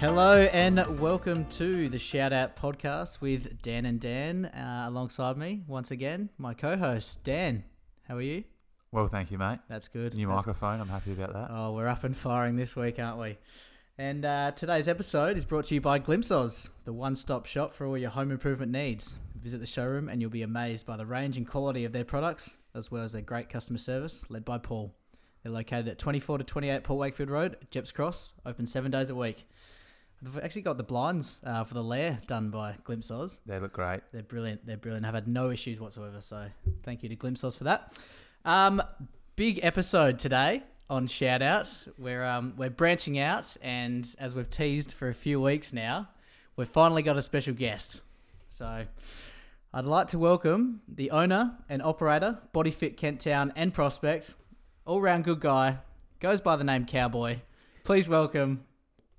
Hello and welcome to the Shout Out Podcast with Dan and Dan uh, alongside me once again, my co-host Dan. How are you? Well, thank you, mate. That's good. New That's- microphone. I'm happy about that. Oh, we're up and firing this week, aren't we? And uh, today's episode is brought to you by Glimpsos, the one-stop shop for all your home improvement needs. Visit the showroom and you'll be amazed by the range and quality of their products, as well as their great customer service led by Paul. They're located at 24 to 28 Port Wakefield Road, Jeps Cross, open seven days a week. They've actually got the blinds uh, for the lair done by Glimpsos. They look great. They're brilliant. They're brilliant. I've had no issues whatsoever. So thank you to Glimpsos for that. Um, big episode today on shout outs. We're, um, we're branching out, and as we've teased for a few weeks now, we've finally got a special guest. So I'd like to welcome the owner and operator, Body Fit Kent Town and Prospect, all round good guy, goes by the name Cowboy. Please welcome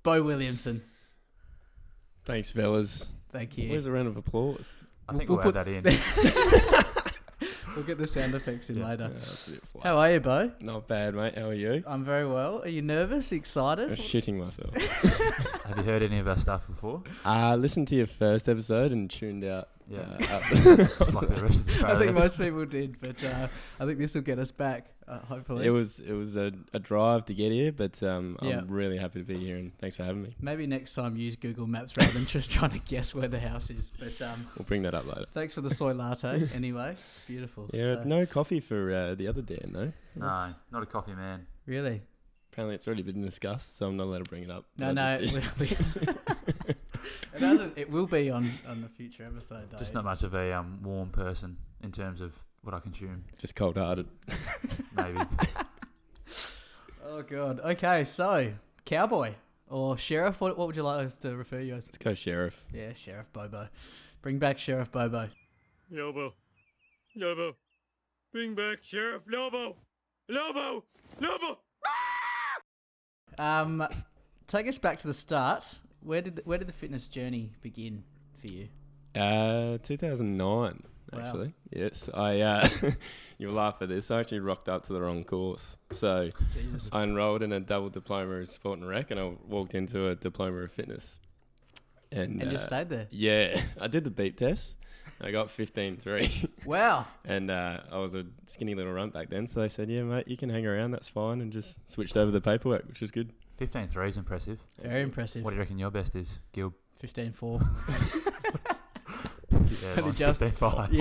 Bo Williamson. Thanks, fellas. Thank you. Where's a round of applause? I We'll- think we'll we'll, add that in. We'll get the sound effects in Yeah. Yeah, later. that's a bit flat. How are you, Bo? Not bad, mate. How are you? I'm very well. Are you nervous? I'm Excited? shitting myself. Have you heard any of our stuff before? I listened to your first episode and tuned out. Yeah. Uh, Just like the rest of I Australia. think most people did, but uh, I think this will get us back, uh, up. hopefully. it was it was a, a drive to get here, but um, Yeah. I'm really happy to be here and thanks for having me. Maybe next time use Google Maps rather than just trying to guess where the house is. But um, We'll bring that up later. thanks for the soy latte, anyway. Beautiful. So- Yeah, no coffee for uh, the other Dan though. no, not a coffee man. Really? Apparently, it's already been discussed, so I'm not allowed to bring it up. No, but I no. just did. we- we- it, hasn't- it will be on, on the future episode, though. Just not much of a um, warm person in terms of what I consume, just cold-hearted. maybe. Oh, God. Okay, so, cowboy or sheriff, what, what would you like us to refer you as? Let's go, sheriff. Yeah, Sheriff Bobo. Bring back Sheriff Bobo. Lobo. Lobo. Bring back Sheriff Lobo. Lobo. Lobo. Um, take us back to the start. Where did the, where did the fitness journey begin for you? Uh, 2009, Wow. actually. Yes, I. Uh, you'll laugh at this. I actually rocked up to the wrong course. So Jesus. I enrolled in a double diploma of sport and rec, and I walked into a diploma of fitness. And, And just uh, stayed there. yeah, I did the beat test. I got 15.3, Wow. and uh, I was a skinny little runt back then. So they said, "Yeah, mate, you can hang around. That's fine." And just switched over the paperwork, which was good. 15-3 is impressive. Very impressive. What do you reckon your best is, Gil? 15 4. Get there, mine's Just- 15-5.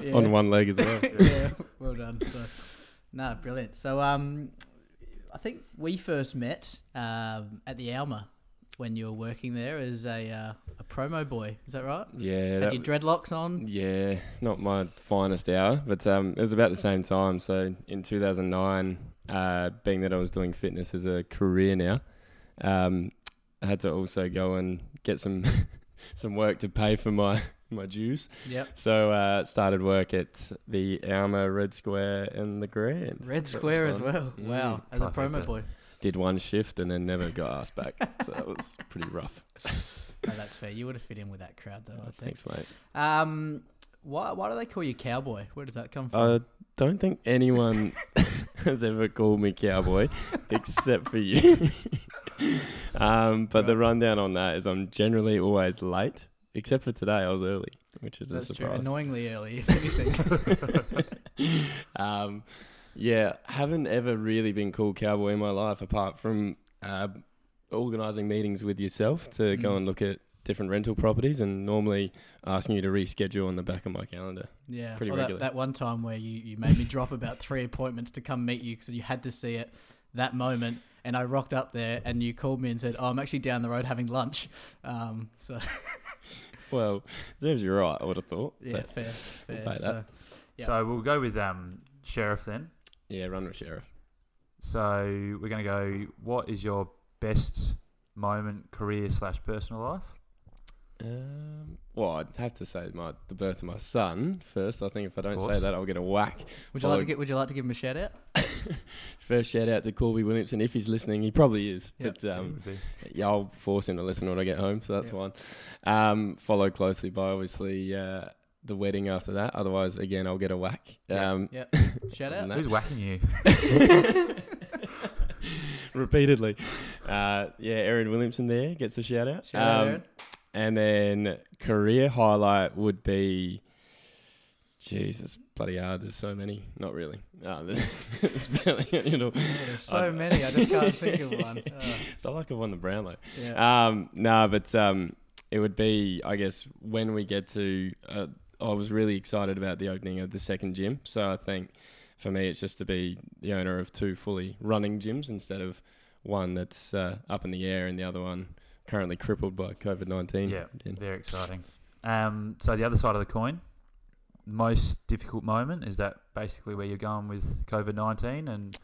Yeah. On one leg as well. yeah, well done. So, no, brilliant. So, um, I think we first met um, at the Alma when you were working there as a, uh, a promo boy. Is that right? yeah, Had that Mm. your dreadlocks on? Yeah, not my finest hour, but um, it was about the same time. So in 2009, uh, being that I was doing fitness as a career now, um, I had to also go and get some some work to pay for my my dues. Yep. So uh, started work at the Alma Red Square and the Red Grand. That was Square as fun. well. Mm. Wow. As a Perfect. promo boy. Did one shift and then never got asked back. so that was pretty rough. No, that's fair. You would have fit in with that crowd, though, I think. Thanks, mate. Um, why why do they call you cowboy? Where does that come from? I don't think anyone has ever called me cowboy except for you. um, but the rundown on that is I'm generally always late, except for today. I was early, which is That's a true. surprise. Annoyingly early, if anything. um, yeah, haven't ever really been called cowboy in my life apart from uh, organising meetings with yourself to go Mm. and look at different rental properties and normally asking you to reschedule on the back of my calendar. yeah. Pretty or that, regular. that one time where you, you made me drop about three appointments to come meet you because you had to see it that moment. And I rocked up there, and you called me and said, "Oh, I'm actually down the road having lunch." Um, so Well, serves you right, I would have thought. yeah, but- fair, fair. pay that. So, Yeah. So we'll go with um, Sheriff then. yeah, run with Sheriff. So we're going to go, what is your best moment, career slash personal life? Um, well, I'd have to say my the birth of my son first. I think if I don't say course. that, I'll get a whack. would you like to Follow- get? Would you like to give him a shout out? First shout out to Corby Williamson if he's listening. He probably is, Yep. but um, Would be- yeah, I'll force him to listen when I get home. So that's Yeah. one. Um, followed closely by obviously uh, the wedding after that. Otherwise, again, I'll get a whack. Yeah. Um, Yep. Shout other out. than that- Who's whacking you? repeatedly. Uh, yeah, Erin Williamson there gets a shout out. Shout out, Um, Aaron. And then career highlight would be. Jesus, bloody hard. There's so many. Not really. Uh, there's barely any at all. There's so many, I just can't think of one. Uh, So I like I've won the Brownlow. yeah. Um, no, but um, it would be, I guess, when we get to. Uh, I was really excited about the opening of the second gym. So I think for me, it's just to be the owner of two fully running gyms instead of one that's uh, up in the air and the other one currently crippled by COVID 19. Yeah, very exciting. Um, so the other side of the coin, most difficult moment is that basically where you're going with COVID nineteen and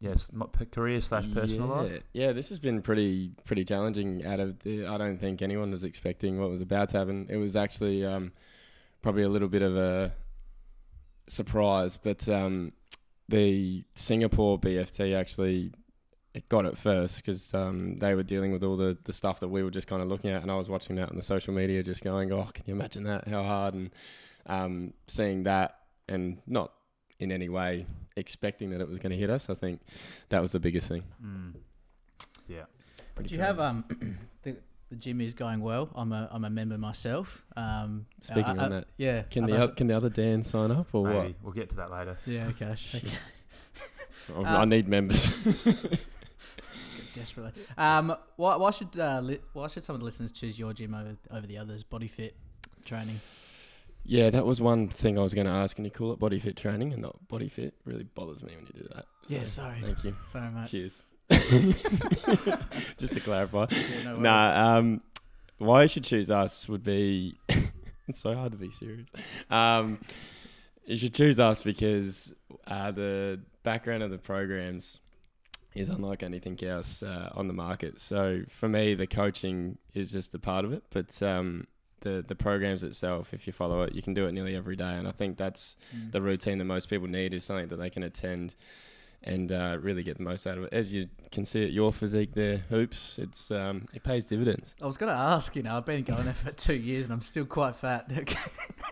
yes, mo- p- career slash personal yeah. life. Yeah, this has been pretty pretty challenging. Out of the, I don't think anyone was expecting what was about to happen. It was actually um, probably a little bit of a surprise, but um, the Singapore BFT actually it got it first because um, they were dealing with all the, the stuff that we were just kind of looking at, and I was watching that on the social media, just going, "Oh, can you imagine that? How hard?" and um, seeing that, and not in any way expecting that it was going to hit us. I think that was the biggest thing. Mm. Do you have um the, the gym is going well. I'm a I'm a member myself. Um, Speaking I- on I- that, yeah. Can I the don't- other, can the other Dan sign up or Maybe. We'll get to that later. yeah okay. okay. what? I- I Um, need members. Desperately. Um, why, why should uh, li- why should some of the listeners choose your gym over over the others? Body fit training. yeah, that was one thing I was going to ask. Can you call it body fit training and not body fit? Really bothers me when you do that. So, yeah, sorry, Thank you. sorry mate. Cheers. Just to clarify. Yeah, no worries. Nah, um, why you should choose us would be. it's so hard to be serious. Um, you should choose us because uh, the background of the programs is unlike anything else uh, on the market. So for me, the coaching is just a part of it, but. Um, the, the programs itself, if you follow it, you can do it nearly every day. And I think that's Mm. the routine that most people need is something that they can attend and uh, really get the most out of it. As you can see at your physique there, hoops, it's um, it pays dividends. I was gonna ask. You know, I've been going there for two years and I'm still quite fat.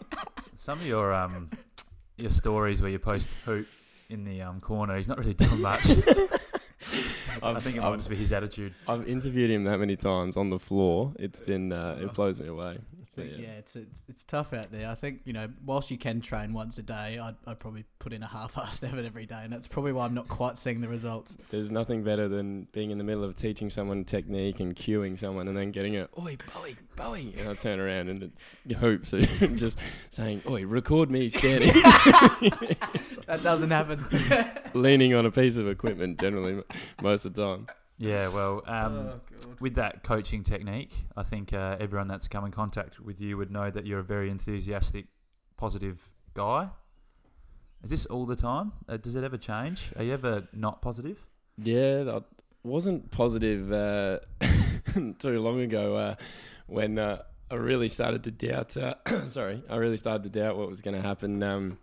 Some of your um your stories where you post hoop in the um corner, he's not really doing much. I think it might just be his attitude. I've interviewed him that many times on the floor. It's been uh, it blows me away. But Yeah. yeah, it's, it's it's tough out there. I think you know, whilst you can train once a day, I'd, I'd probably put in a half-assed effort every day, and that's probably why I'm not quite seeing the results. There's nothing better than being in the middle of teaching someone technique and cueing someone and then getting a oi Bowie Bowie and I turn around and it's hoops and just saying oi record me standing That doesn't happen. leaning on a piece of equipment generally m- most of the time. Yeah, well, um, oh god. with that coaching technique, I think uh, everyone that's come in contact with you would know that you're a very enthusiastic, positive guy. Is this all the time? Uh, does it ever change? Are you ever not positive? Yeah, I wasn't positive uh, too long ago uh, when uh, I really started to doubt. Uh, sorry, I really started to doubt what was going to happen um,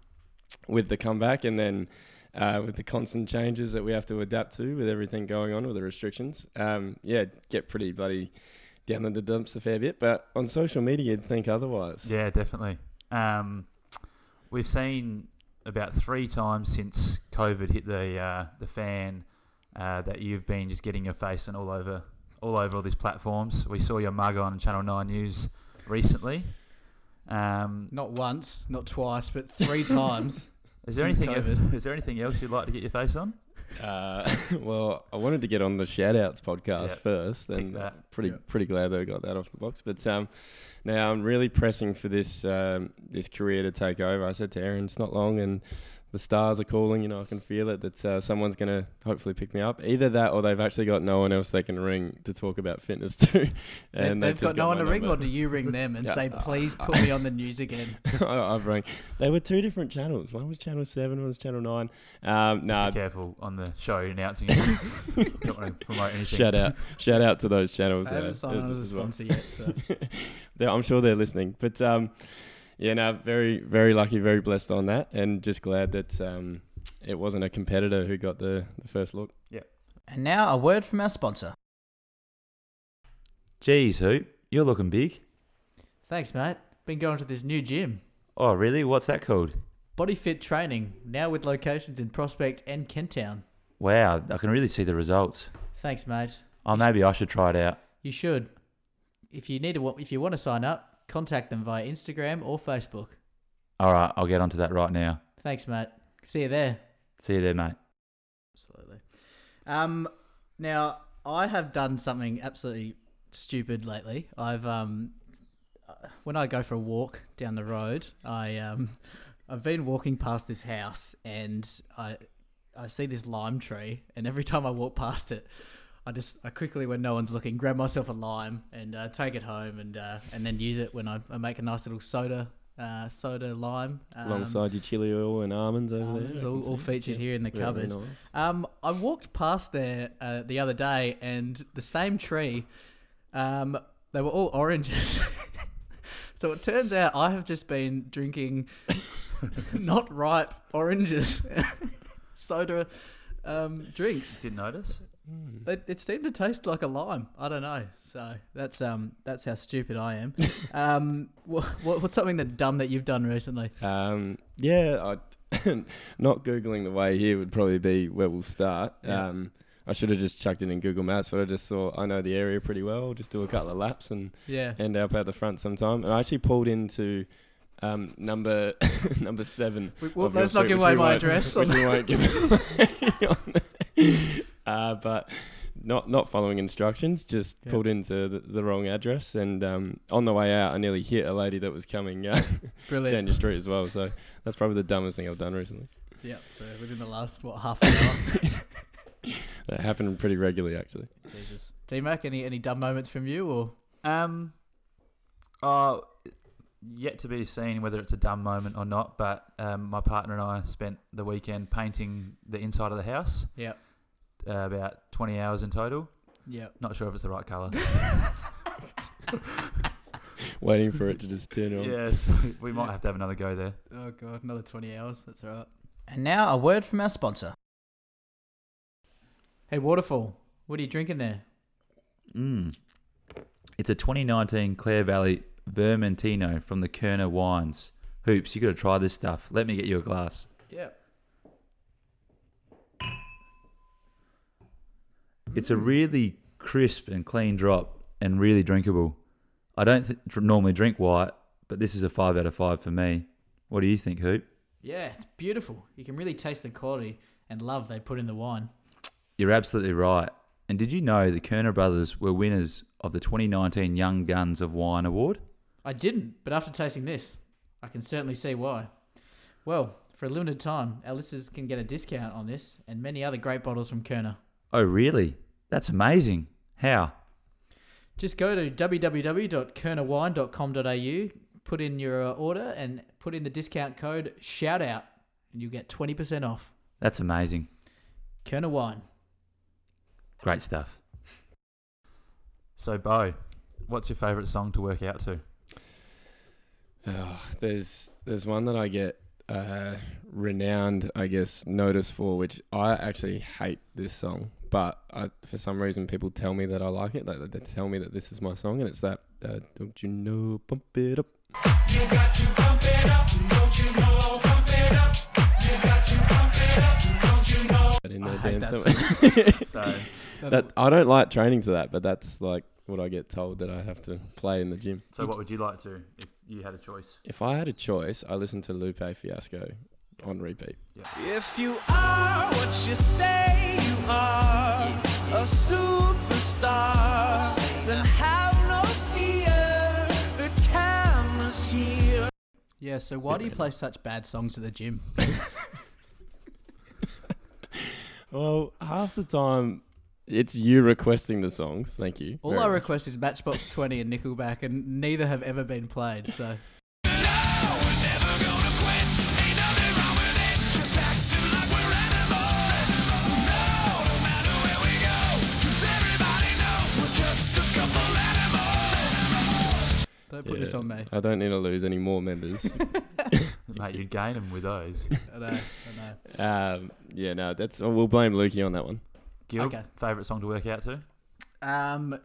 with the comeback, and then uh, with the constant changes that we have to adapt to with everything going on with the restrictions. Um, yeah, get pretty bloody down in the dumps a fair bit, but on social media, you'd think otherwise. Yeah, definitely. Um, we've seen about three times since COVID hit the uh, the fan uh, that you've been just getting your face and all over all over all these platforms. We saw your mug on Channel Nine News recently. Um, Not once, not twice, but three times. Is there Since anything? e-, COVID. Is there anything else you'd like to get your face on? Uh, well, I wanted to get on the shout outs podcast Yeah. first, Tick and that. pretty Yeah. pretty glad that I got that off the box. But um, now I'm really pressing for this um, this career to take over. I said to Aaron, it's not long, and the stars are calling. You know, I can feel it that uh, someone's going to hopefully pick me up. Either that, or they've actually got no one else they can ring to talk about fitness to. They- and they've just got no one my to ring, or number. do you ring them and Yeah. Ah. say, "Please put me on the news again"? I- I've rang. They were two different channels. One was Channel Seven, one was Channel Nine. Um, no, Just be careful on the show announcing. it. you don't want to promote anything. shout out, shout out to those channels. I haven't uh, signed on as a as well. sponsor yet. So. They're- I'm sure they're listening. But um, yeah, no, very, very lucky, very blessed on that, and just glad that um, it wasn't a competitor who got the, the first look. And now a word from our sponsor. Geez, Hoop, you're looking big. Thanks, mate. Been going to this new gym. Oh, really? What's that called? Body Fit Training, now with locations in Prospect and Kenttown. Wow, I can really see the results. Thanks, mate. Oh, maybe I should try it out. You should. If you need to, if you want to sign up, contact them via Instagram or Facebook. All right, I'll get onto that right now. Thanks, mate. See you there. See you there, mate. Absolutely. Um, now I have done something absolutely stupid lately. I've um, uh, when I go for a walk down the road, I um, I've been walking past this house and I I see this lime tree, and every time I walk past it. I just I quickly when no one's looking grab myself a lime and uh, take it home and uh, and then use it when I, I make a nice little soda uh, soda lime um, Alongside your chili oil and almonds over there. almonds, I can all, all see. featured here in the Very cupboard. nice. Um, I walked past there uh, the other day, and the same tree. Um, they were all oranges. so it turns out I have just been drinking not ripe oranges, soda um, drinks. Hmm. Didn't notice. It, it seemed to taste like a lime. I don't know. So that's um that's how stupid I am. um, what, what, what's something that dumb that you've done recently? Um, yeah, I, not googling the way here would probably be where we'll start. Yeah. Um, I should have just chucked it in Google Maps, but I just saw I know the area pretty well. Just do a couple of laps and Yeah. end up out the front sometime. And I actually pulled into um, number number seven. We, well, of your let's not street, give which away we my won't- address. Which we won't give away. on- uh, but not not following instructions, just Yeah. pulled into the, the wrong address. And um, on the way out, I nearly hit a lady that was coming uh, Brilliant. down your street as well. So that's probably the dumbest thing I've done recently. Yeah, so within the last what half an hour. That happened pretty regularly, actually. Jesus. D Mac, any any dumb moments from you or Um, uh, yet to be seen whether it's a dumb moment or not. But um, my partner and I spent the weekend painting the inside of the house. Yep. Uh, about twenty hours in total. yeah? Not sure if it's the right colour. Waiting for it to just turn on. yes, we might have to have another go there. Oh god, another twenty hours. That's all right. And now a word from our sponsor. Hey, waterfall. What are you drinking there? Mm. It's a 2019 Clare Valley Vermentino from the Kerner Wines. Hoops, you got to try this stuff. Let me get you a glass. Yeah. It's a really crisp and clean drop and really drinkable. I don't th- normally drink white, but this is a 5 out of 5 for me. What do you think, Hoop? Yeah, it's beautiful. You can really taste the quality and love they put in the wine. You're absolutely right. And did you know the Kerner brothers were winners of the 2019 Young Guns of Wine Award? I didn't, but after tasting this, I can certainly see why. Well, for a limited time, our listeners can get a discount on this and many other great bottles from Kerner. Oh, really? That's amazing. How? Just go to www.kernerwine.com.au, put in your uh, order, and put in the discount code SHOUTOUT, and you'll get 20% off. That's amazing. Kerner Wine. Great stuff. So, Bo, what's your favourite song to work out to? Oh, there's there's one that I get uh, renowned, I guess, notice for, which I actually hate this song, but I, for some reason people tell me that I like it. Like they, they tell me that this is my song, and it's that uh, "Don't You Know Pump It Up." You I got hate to that pump it up. You got to pump it up. You got to pump it up. Don't you know? That in there dancing. So, that I don't like training to that, but that's like what I get told that I have to play in the gym. so what would you like to if you had a choice? If I had a choice, I listen to Lupe Fiasco on repeat. If you are what you say you are, a superstar, then have no fear. The camera's here. Yeah, so why do you Yeah. play such bad songs at the gym? Well, half the time it's you requesting the songs. Thank you. All very I much. request is Matchbox 20 and Nickelback, and neither have ever been played, so. Don't put this Yeah. on me. I don't need to lose any more members. Mate, you'd gain them with those. I know, I know. um, yeah, no, that's oh, we'll blame Lukey on that one. Gil, Okay. favourite song to work out to? Um,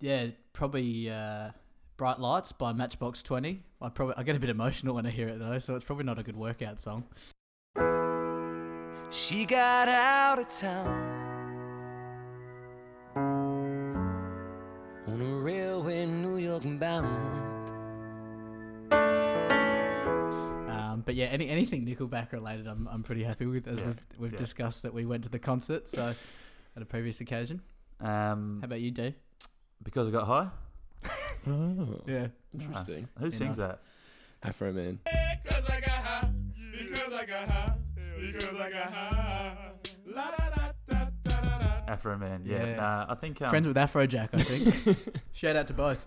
yeah, probably uh, "Bright Lights" by Matchbox Twenty. I probably I get a bit emotional when I hear it though, so it's probably not a good workout song. She got out of town on a railway, New York bound. Um, but yeah, any, anything Nickelback related, I'm, I'm pretty happy with, as Yeah, we've, we've yeah. discussed that we went to the concert. So at a previous occasion, Um, how about you, D? because I got high. Oh, Yeah, interesting. Who sings that? Afro Man. Because I got high. Because I got high. Because I got high. La da da da da da da. Afro Man. Yeah. Yeah. Nah, I think. Um, friends with Afrojack, I think. Shout out to both.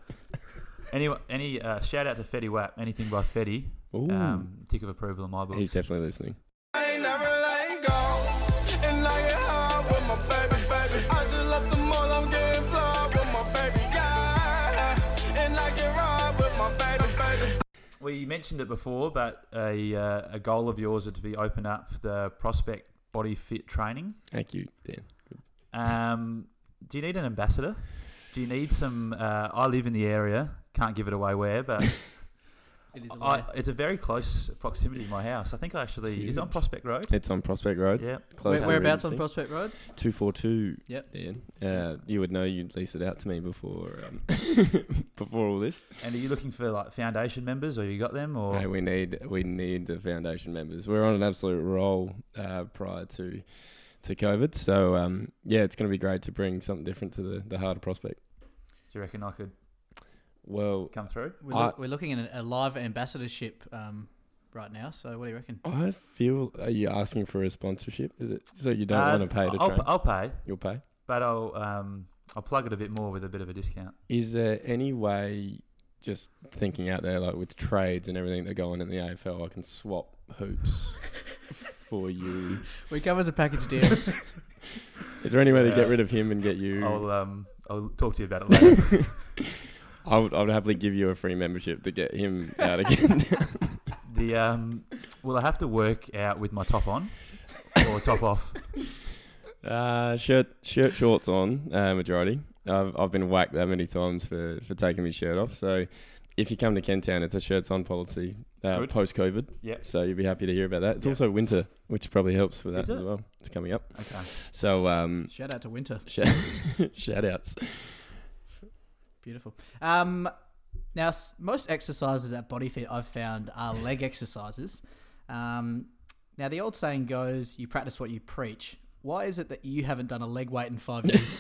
any any uh, shout out to Fetty Wap. Anything by Fetty. Ooh. Um, tick of approval in my book. He's definitely listening. I ain't never letting go. And I get high with my baby, baby. I just left the mall, I'm getting fly with my baby, yeah. And I get ride with my baby, baby. We mentioned it before, but a uh, a goal of yours would be open up the prospect body fit training. Thank you, Dan. Um, do you need an ambassador? Do you need some? Uh, I live in the area. Can't give it away where, but It is a I, lie. it's a very close proximity to my house. I think I actually It's is it on huge. Prospect Road. It's on Prospect Road. Yeah. Where- Close to whereabouts on Regency. Prospect Road? 242. Yep. Dan. Uh, you would know you'd lease it out to me before um, before all this. And are you looking for like foundation members, or you got them, or Hey, we need we need the foundation members. We're on an absolute roll uh, prior to to COVID. So um, yeah, it's going to be great to bring something different to the the harder prospect. do you reckon I could Well, come through? We're, I- look, we're looking at a live ambassadorship um, right now. So what do you reckon? I feel are you asking for a sponsorship? Is it so you don't Uh, want to pay to I'll, train? I'll pay, You'll pay. but I'll um, I'll plug it a bit more with a bit of a discount. Is there any way, just thinking out there, like with trades and everything that go on in the AFL, I can swap hoops for you? We come as a package deal. Is there any way to Yeah. get rid of him and get you? I'll um, I'll talk to you about it later. I would, I would happily give you a free membership to get him out again. the um, will I have to work out with my top on or top off? uh, shirt, shirt, shorts on uh, majority. I've, I've been whacked that many times for, for taking my shirt off. So if you come to Kentown, it's a shirts on policy uh, Good. post COVID. Yep. So you'll be happy to hear about that. It's Yeah. also winter, which probably helps with that Is as it? well. It's coming up. Okay. So um, Shout out to Winter. sh- shout outs. Beautiful. Um, now, s- most exercises at BodyFit I've found are leg exercises. Um, now, the old saying goes, "You practice what you preach." Why is it that you haven't done a leg weight in five years?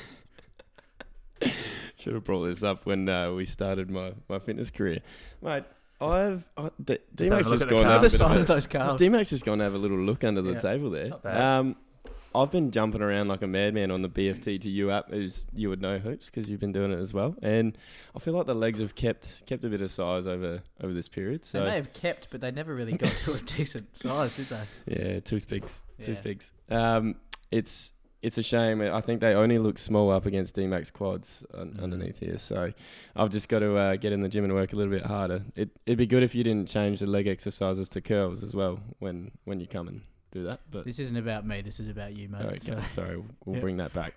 Should have brought this up when uh, we started my, my fitness career, mate. I've I, D- D-Max have a look just at the gone card. out the a bit of size a- of those calves. D-Max just gone to have a little look under the Yeah. table there. Not bad. Um, I've been jumping around like a madman on the BFT to you app, who's you would know hoops because you've been doing it as well. And I feel like the legs have kept kept a bit of size over over this period. They may So have kept, but they never really got to a decent size, did they? yeah, toothpicks, Yeah. toothpicks. Um, it's it's a shame. I think they only look small up against D-Max quads un- Mm-hmm. Mhm. underneath here. So I've just got to uh, get in the gym and work a little bit harder. It it'd be good if you didn't change the leg exercises to curls as well when when you come and do that, but. This isn't about me. This is about you, mate. Okay, so- sorry, we'll Yeah. bring that back.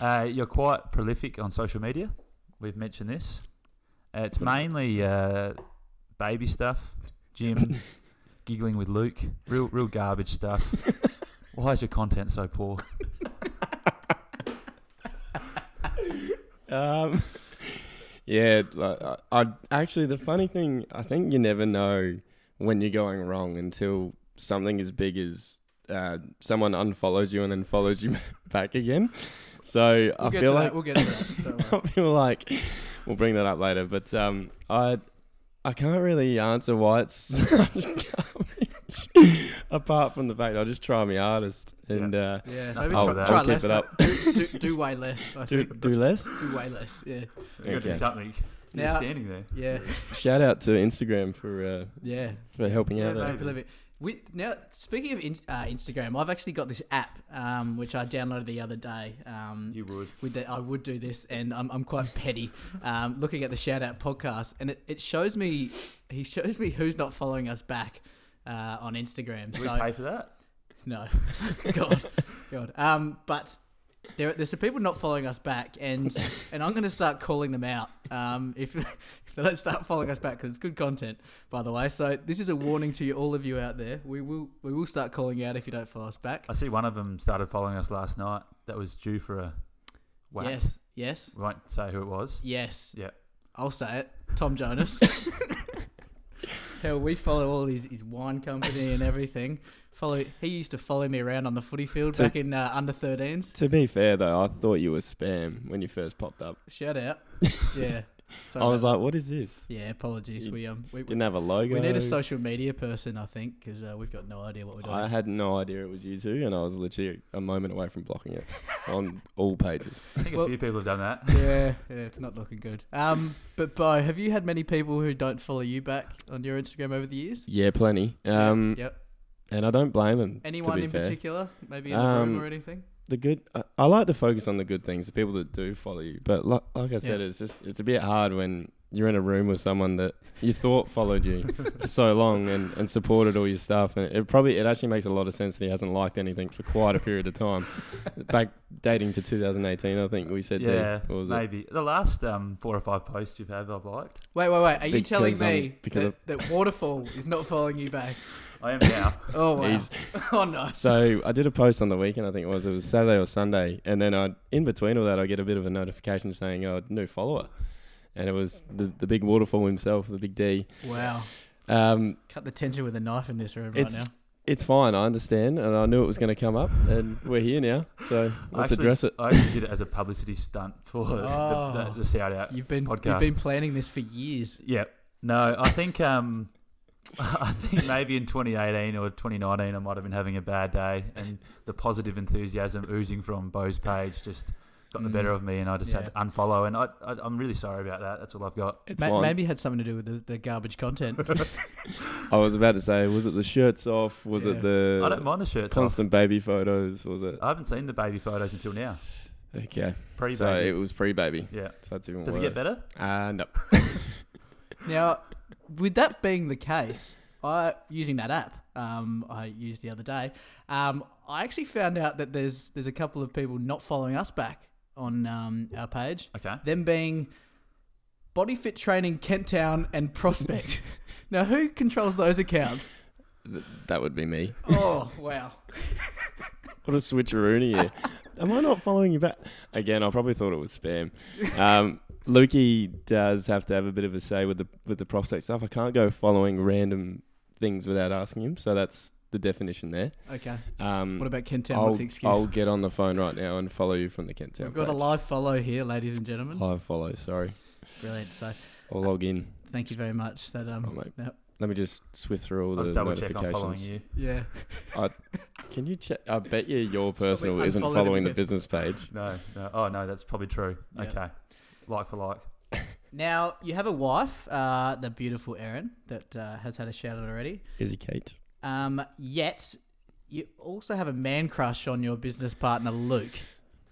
Uh, you're quite prolific on social media. We've mentioned this. Uh, it's mainly uh, baby stuff, Jim, giggling with Luke, real real garbage stuff. Why is your content so poor? Um, yeah, like, I, I actually the funny thing I think you never know when you're going wrong until something as big as uh, someone unfollows you and then follows you back again. So We'll I get feel to like that. We'll get to that. Don't worry. I feel like we'll bring that up later, but um, I I can't really answer why it's such garbage. apart from the fact I just try my hardest and uh, Yeah, Nothing maybe try, wrong with that. try I'll keep less. it up. do, do, do way less. I do think. do less. do way less. Yeah, You've got to do Okay. something. You're Now- standing there. yeah, Shout out to Instagram for uh, yeah. for helping out very there. prolific. We, now, speaking of in, uh, Instagram, I've actually got this app um, which I downloaded the other day. Um, You would. with the, I would do this, and I'm, I'm quite petty. Um, looking at the shout out podcast, and it, it shows me he shows me who's not following us back uh, on Instagram. Do we so pay for that? no, God, God. Um, but There, there's some people not following us back, and and I'm going to start calling them out um, if if they don't start following us back because it's good content, by the way. So this is a warning to you, all of you out there. We will we will start calling you out if you don't follow us back. I see one of them started following us last night. That was due for a whack. Yes, yes, We won't say who it was. yes. Yeah. I'll say it. Tom Jonas. Hell, we follow all his, his wine company and everything. Follow. He used to follow me around on the footy field So- back in uh, under 13s. To be fair though, I thought you were spam when you first popped up. Shout out. Yeah. So I was like, what is this? yeah. Apologies. You We um we, Didn't have a logo. we need a social media person, I think, because uh, we've got no idea what we're doing. I had no idea it was you two, and I was literally a moment away from blocking it on all pages. I think Well- a few people have done that. yeah, yeah, it's not looking good. Um, but Bo, have you had many people who don't follow you back on your Instagram over the years? Yeah, plenty. Um, Yep. and I don't blame them. Anyone in particular? Maybe in the room Um, or anything? the good I, I like to focus on the good things the people that do follow you but like, like i said it's just it's a bit hard when you're in a room with someone that you thought followed you for so long and, and supported all your stuff and it probably it actually makes a lot of sense that he hasn't liked anything for quite a period of time back dating to 2018 i think we said to- yeah, what was it? maybe the last um, four or five posts you've had I've liked. Wait, wait, wait. Are you Because, telling um, me because that, that Waterfall is not following you back? I am now. Oh, wow. He's- oh, no. So I did a post on the weekend, I think it was. It was Saturday or Sunday, and then I, in between all that, I get a bit of a notification saying, "Oh, new follower," and it was the the big waterfall himself, the big D. Wow. Um, Cut the tension with a knife in this room right it's now. it's fine, I understand, and I knew it was going to come up, and we're here now. So I let's actually- address it. I actually did it as a publicity stunt for the- the, Oh. the, the shout out. You've been you've podcast. been planning this for years. Yeah. No, I think um, I think maybe in 2018 or 2019 I might have been having a bad day, and the positive enthusiasm oozing from Bo's page just got the Mm. better of me, and I just had Yeah. to unfollow. And I, I I'm really sorry about that. That's all I've got. It's Ma- fine. maybe it had something to do with the, the garbage content. I was about to say, was it the shirts off? Was Yeah. it the I don't mind the shirts. off. Uh, constant baby photos? Was it I haven't seen the baby photos until now. okay? Pre So it baby. was pre-baby. yeah. So that's even Does worse. it get better? Uh, no. now, with that being the case, I using that app um, I used the other day, um, I actually found out that there's there's a couple of people not following us back on um, our page. Okay. Them being Body Fit Training Kent Town and Prospect. now, who controls those accounts? Th- that would be me. Oh wow! What a switcheroonie here. Am I not following you back? Again, I probably thought it was spam. Um, Lukey does have to have a bit of a say with the with the prospect stuff. I can't go following random things without asking him, so that's the definition there. Okay, Um, what about Kent Town? I'll, What's the excuse? I'll get on the phone right now and follow you from the Kent Town. We've got a page. live follow here, ladies and gentlemen. Live follow, sorry. Brilliant. So, I'll log in. thank you very much. That um, all right. no- Let me just swift through all I'll the just double check I'm following notifications. you. yeah. Can you check? I bet you your personal isn't unfollowed him following the again. business page. No, no. Oh no, that's probably true. Yeah. Okay. Like for like. Now you have a wife, uh, the beautiful Erin, that uh, has had a shout out already. Is he Kate? Um, yet you also have a man crush on your business partner Luke.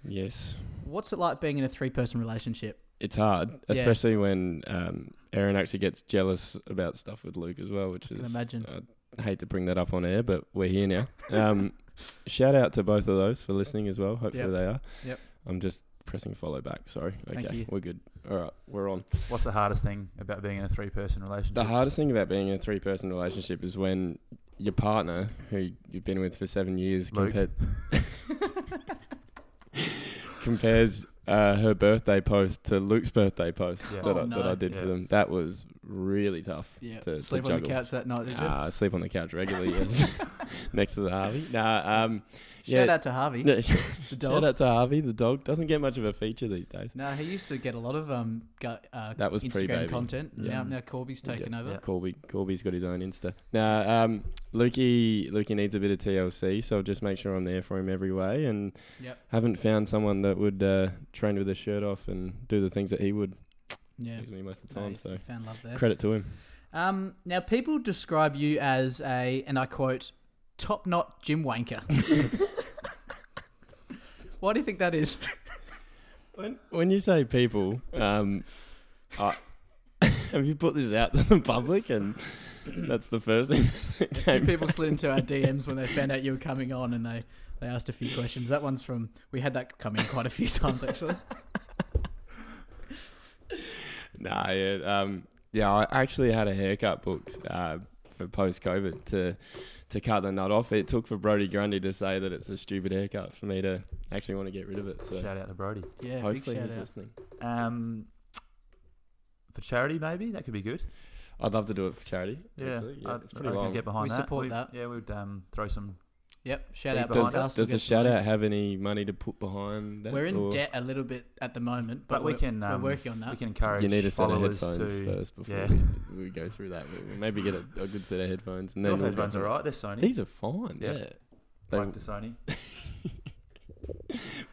Yes. What's it like being in a three person relationship? it's hard, Yeah. especially when um, Aaron actually gets jealous about stuff with Luke as well, which I can is imagine. I hate to bring that up on air, but we're here now. Um, shout out to both of those for listening as well. Hopefully Yep. they are. Yep. I'm just pressing follow back. Sorry. Okay, Thank you. we're good. All right, we're on. What's the hardest thing about being in a three-person relationship? The hardest thing about being in a three-person relationship is when your partner, who you've been with for seven years, Luke. compared, compares uh, her birthday post to Luke's birthday post Yeah. that, Oh, I, that no. I did Yeah. for them. That was really tough. Yeah, To- to sleep on the juggle. couch that night, did you? Ah, I sleep on the couch regularly. yes. Next to the Harvey. Nah, um, Shout yeah. out to Harvey, no, the shout dog. out to Harvey. The dog doesn't get much of a feature these days. No, he used to get a lot of um, go, uh, That was Instagram pre-baby. content. Now, Yeah. now Corby's taken yeah, over. yeah. Corby, Corby's got his own Insta. Now, um, Lukey, Lukey needs a bit of TLC, so just make sure I'm there for him every way. And Yep. haven't found someone that would uh, train with his shirt off and do the things that he would. Yeah, He's me most of the No, time, you so found love there. credit to him. Um, now, people describe you as a, and I quote, top knot gym wanker. Why do you think that is? When when you say people, um, I, have you put this out to the public? And that's the first thing. That Few came. people slid into our DMs when they found out you were coming on and they, They asked a few questions. That one's from we had that come in quite a few times actually. Nah, yeah, um, yeah. I actually had a haircut booked uh, for post COVID to to cut the nut off. It took for Brody Grundy to say that it's a stupid haircut for me to actually want to get rid of it. So Shout out to Brody. Yeah, big hopefully shout he's out. listening. Um, for charity, maybe that could be good. I'd love to do it for charity. Yeah, actually. yeah I'd- it's pretty I can long. get behind We that. support We'd- that. Yeah, we'd um, throw some. Yep, shout Big out. does- behind us, Does we'll the get some shout money. out have any money to put behind that? We're in or- debt a little bit at the moment, but, But, we we're- can. Um, we're working on that. We can encourage You need a set of followers headphones to. first before yeah. we, we go through that. We- we Maybe get a, a good set of headphones and then Your we'll headphones get are to- right. They're Sony. These are fine. Yeah. Yeah. Plug to They Sony.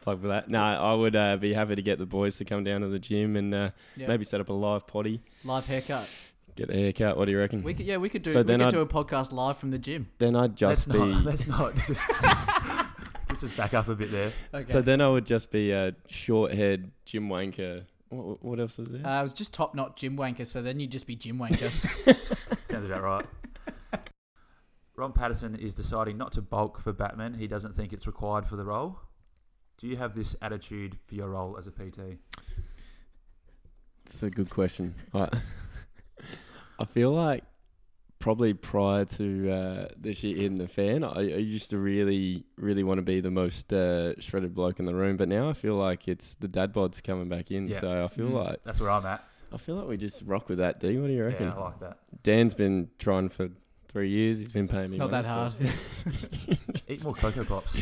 plug for that. No, I would uh, be happy to get the boys to come down to the gym and uh, Yeah. maybe set up a live potty, live haircut. get a haircut. What do you reckon? We could, yeah, we could do. So we then could I'd- do a podcast live from the gym. then I'd just let's be. not. Let's not. Just, let's just back up a bit there. Okay. So then I would just be a short haired Jim Wanker. What, what else was there? uh, it was just top knot gym wanker. So then you'd just be gym wanker. Sounds about right. Ron Patterson is deciding not to bulk for Batman. He doesn't think it's required for the role. Do you have this attitude for your role as a PT? It's a good question. I, I feel like probably prior to uh, the shit hitting the fan, I, I used to really, really want to be the most uh, shredded bloke in the room. But now I feel like it's the dad bods coming back in. Yeah. So I feel Mm. like That's where I'm at. I feel like we just rock with that. D, what do you reckon? Yeah, I like that. Dan's been trying for three years. He's been paying it's me. not that hard. money, so- Eat more Cocoa Pops.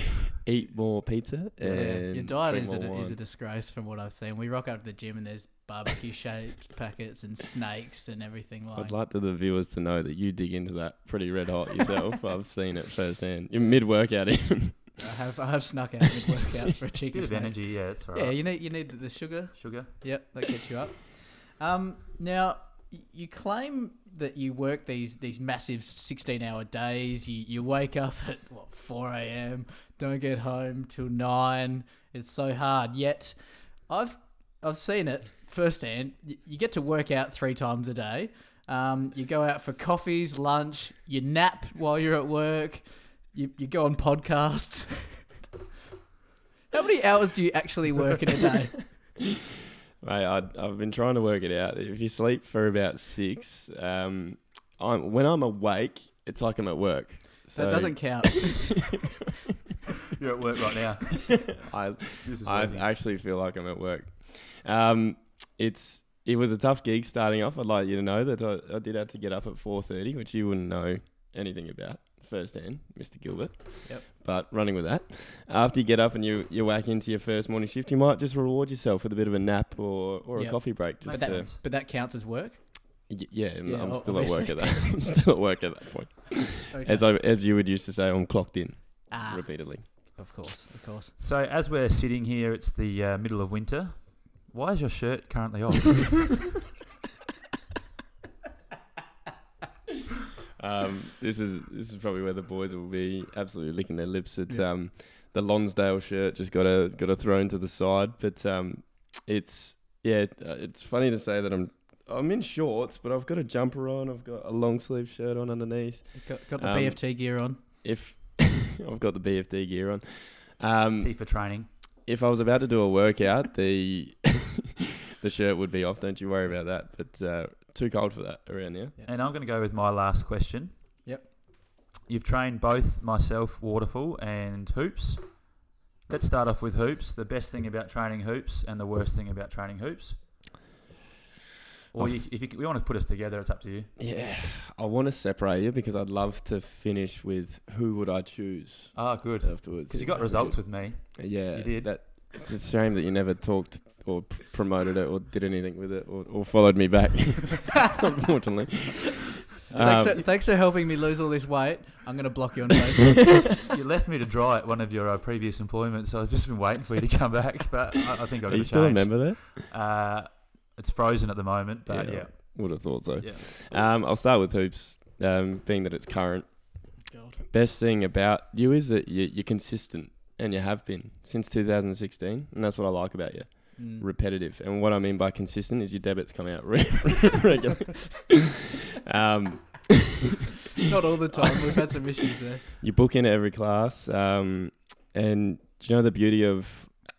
Eat more pizza. Yeah. And Your diet drink is more a, is wine. a disgrace from what I've seen. We rock up to the gym and there's barbecue shaped packets and snakes and everything like. I'd like to the viewers to know that you dig into that pretty red hot yourself. I've seen it firsthand. You're mid workout, even. I have I have snuck out and worked out for a cheeky Bit of snack. energy, yeah, that's all right. Yeah, you need you need the, the sugar. Sugar? Yep, that gets you up. Um, now y- you claim that you work these these massive sixteen hour days. You you wake up at what four a.m. Don't get home till nine. It's so hard. Yet, I've I've seen it firsthand. Y- You get to work out three times a day. Um, you go out for coffees, lunch. You nap while you're at work. You you go on podcasts. How many hours do you actually work in a day? Mate, I, I've been trying to work it out. If you sleep for about six, um, I'm, when I'm awake, it's like I'm at work. So So it doesn't count. You're at work right now. I, This is I working. actually feel like I'm at work. Um, it's it was a tough gig starting off. I'd like you to know that I, I did have to get up at four thirty, which you wouldn't know anything about firsthand, Mister Gilbert. Yep. But running with that, after you get up and you you whack into your first morning shift, you might just reward yourself with a bit of a nap or, or Yep. a coffee break. Just But Makes that- to, sense. But that counts as work. y- yeah, I'm, Yeah, I'm o- still at work at that. I'm still at work at that point. As I as you would used to say, I'm clocked in ah, repeatedly. of course, of course. So, as we're sitting here, it's the uh, middle of winter. Why is your shirt currently off? Um, this is this is probably where the boys will be absolutely licking their lips at um, the Lonsdale shirt. Just got a got a thrown to the side, but um, it's yeah, uh, it's funny to say that I'm I'm in shorts, but I've got a jumper on. I've got a long sleeve shirt on underneath. Got, got the Um, BFT gear on. If I've got the BFD gear on, um, Tea for training. if I was about to do a workout, the the shirt would be off. Don't you worry about that. But uh, too cold for that around here. And I'm going to go with my last question. Yep. You've trained both myself, Waterfall, and Hoops. Let's start off with Hoops. The best thing about training Hoops and the worst thing about training Hoops. Or I've- you, if you, we want to put us together, it's up to you. Yeah, I want to separate you because I'd love to finish with who would I choose Ah, good. afterwards. Because you got results with me. yeah, you did. That it's a shame that you never talked or p- promoted it or did anything with it or, or followed me back. Unfortunately, thanks, Um, for, thanks for helping me lose all this weight. I'm gonna block you on Facebook. You left me to dry at one of your uh, previous employments, so I've just been waiting for you to come back. But I, I think I've got are to you still a change. member there? Uh, it's frozen at the moment, but yeah. Yeah. Would have thought so. Yeah. Um, I'll start with hoops, um, being that it's current. God. Best thing about you is that you, you're consistent and you have been since 2016, and that's what I like about you. Mm. repetitive. And what I mean by consistent is your debits come out re- regularly. um, Not all the time. We've had some issues there. you book into every class. Um, And do you know the beauty of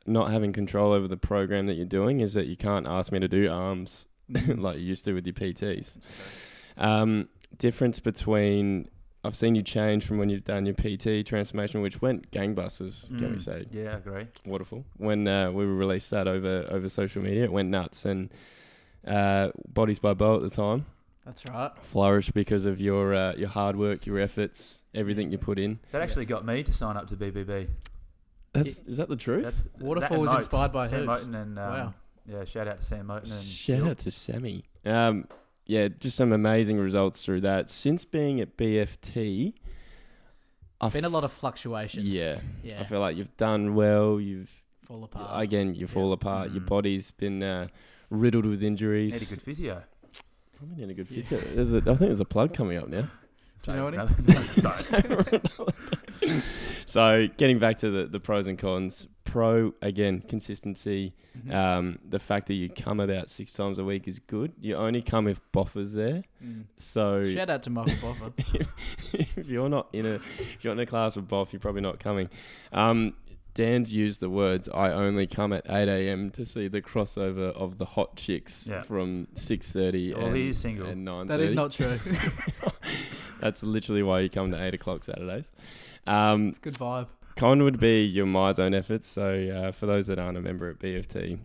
not having control over the program that you're doing is that you can't ask me to do arms Mm. like you used to with your PTs. Um, difference between I've seen you change from when you've done your PT transformation, which went gangbusters, can we Mm. say? Yeah, I agree. Waterfall. When uh, we released that over over social media, it went nuts and uh, bodies by bow at the time That's right. flourished because of your uh, your hard work, your efforts, everything you put in. That actually got me to sign up to BBB. That's is that the truth? That's Waterfall that was and Motes. inspired by Sam Hoops. Moten and um, Wow. yeah, shout out to Sam Moten and Shout Bill. out to Sammy. Um, yeah, just some amazing results through that. Since being at BFT, I've Been a lot of fluctuations. Yeah, Yeah. I feel like you've done well. You've fall apart. again, you fall apart. Your Mm-hmm. Mm. body's been uh, riddled with injuries. Need a good physio. Probably need a good Yeah. physio. There's a, I think there's a plug coming up now. Do you know any? So, Mm-hmm. no, don't. so getting back to the, the pros and cons. Pro again, consistency. Mhm. Um, the fact that you come about six times a week is good. You only come if Boffer's there. Mm. So Shout out to Michael Boffer. if you're not in a if you're in a class with Boff, you're probably not coming. Um, Dan's used the words "I only come at 8 a.m. to see the crossover of the hot chicks Yeah. from 6:30 Well, and, he is single. and 9:30." That is not true. That's literally why you come to 8 o'clock Saturdays. Um, Good vibe. con would be your my zone efforts. So uh, for those that aren't a member at BFT.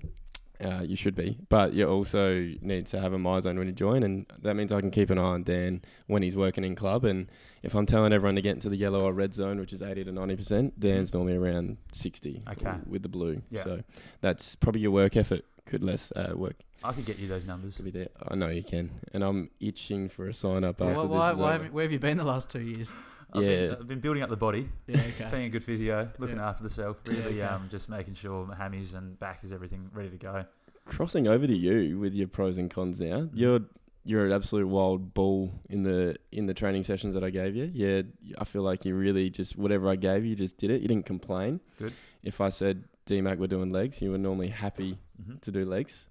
Uh, you should be, but you also need to have a my zone when you join, and that means I can keep an eye on Dan when he's working in club. And if I'm telling everyone to get into the yellow or red zone, which is 80 to 90 percent, Dan's normally around 60 Okay. with the blue. Yeah. So that's probably your work effort. Could less uh, work I could get you those numbers. to be there. I know you can, and I'm itching for a sign up Why, after why, this. Is why over. have, where have you been the last two years? I've, been, Yeah. I've been building up the body, Yeah, okay. seeing a good physio, looking Yeah. after the self, Yeah, really okay. um, just making sure my hammies and back is everything ready to go. Crossing over to you with your pros and cons now. Mm-hmm. You're you're an absolute wild bull in the in the training sessions that I gave you. Yeah, I feel like you really just whatever I gave you, you just did it. You didn't complain. Good. If I said D Mac we're doing legs, you were normally happy Mhm. to do legs.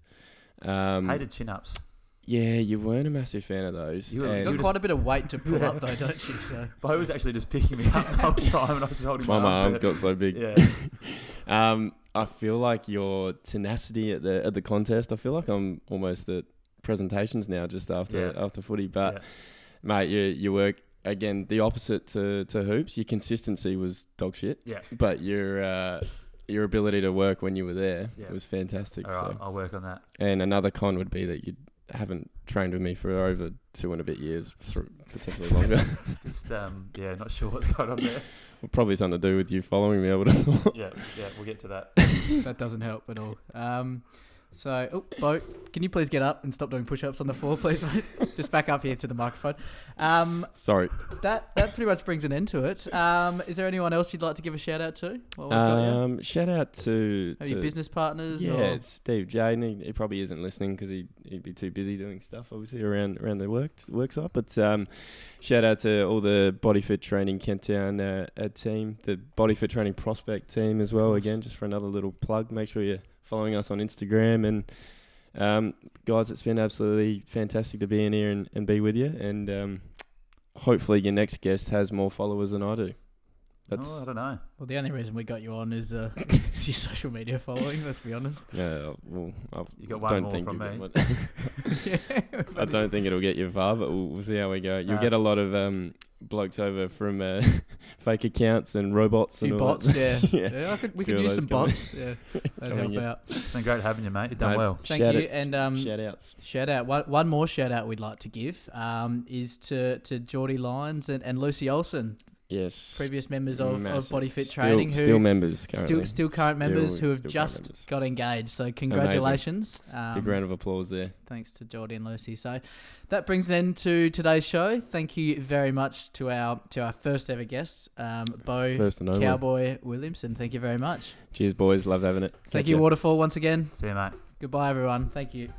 Um, Hated chin ups. yeah, you weren't a massive fan of those. You were- and You've got just- quite a bit of weight to pull up, though, don't you? So Bo was actually just picking me up the whole time, and I was just holding that's why my arms arms out. got so big. Yeah, Um, I feel like your tenacity at the at the contest. I feel like I'm almost at presentations now, just after Yeah. after footy. But Yeah. mate, you you work again the opposite to, to hoops. Your consistency was dog shit, yeah. but your uh, your ability to work when you were there Yeah. was fantastic. All so. right, I'll work on that. And another con would be that you haven't trained with me for over two and a bit years, through, potentially longer. Just um, yeah, not sure what's going on there. Probably something to do with you following me. I would have thought. Yeah, yeah, we'll get to that. that doesn't help at all. Um, so, oh, Bo, can you please get up and stop doing push-ups on the floor, please? mate? Just back up here to the microphone. Um, Sorry. that that pretty much brings an end to it. Um, is there anyone else you'd like to give a shout out to? While Oh, we've got you? Um, shout out to, Have to you business partners? Yeah, or- it's Steve Jaden. He, he probably isn't listening because he he'd be too busy doing stuff, obviously around around the work work site. But um, shout out to all the Body Fit Training Kent Town uh, uh, team, the Body Fit Training Prospect team as well. Again, just for another little plug. Make sure you're following us on Instagram and. Um, guys, it's been absolutely fantastic to be in here and, and be with you. And um, hopefully, your next guest has more followers than I do. That's oh, I don't know. Well, the only reason we got you on is uh, is your social media following. Let's be honest. yeah. Well, I You got one don't more think from you've me. got one. Yeah, I but don't think it'll get you far, but we'll, we'll see how we go. You'll Uh, get a lot of um, blokes over from uh, fake accounts and robots Few and all bots, that. yeah. Yeah. yeah. I could, we Few could use of some those coming- bots. Yeah, that'd help coming in. out. It's been great having you, mate. You've done Mate, well. Thank Shout you. it- And um, Shout outs. Shout out. One, one more shout out we'd like to give um, is to, to Geordie Lyons and, and Lucy Olson, Yes. previous members of, of Massive. Body Fit Still- Training, who still members still, currently. still current members Still- who have still current just members. got engaged. So congratulations. Um, Big round of applause there. Thanks to Geordie and Lucy. So that brings then to today's show. Thank you very much to our to our first ever guest, um, Bo First and only. Cowboy Williamson. Thank you very much. Cheers, boys. Love having it. Thank Catch you, ya. Waterfall, once again. See you, mate. Goodbye, everyone. Thank you.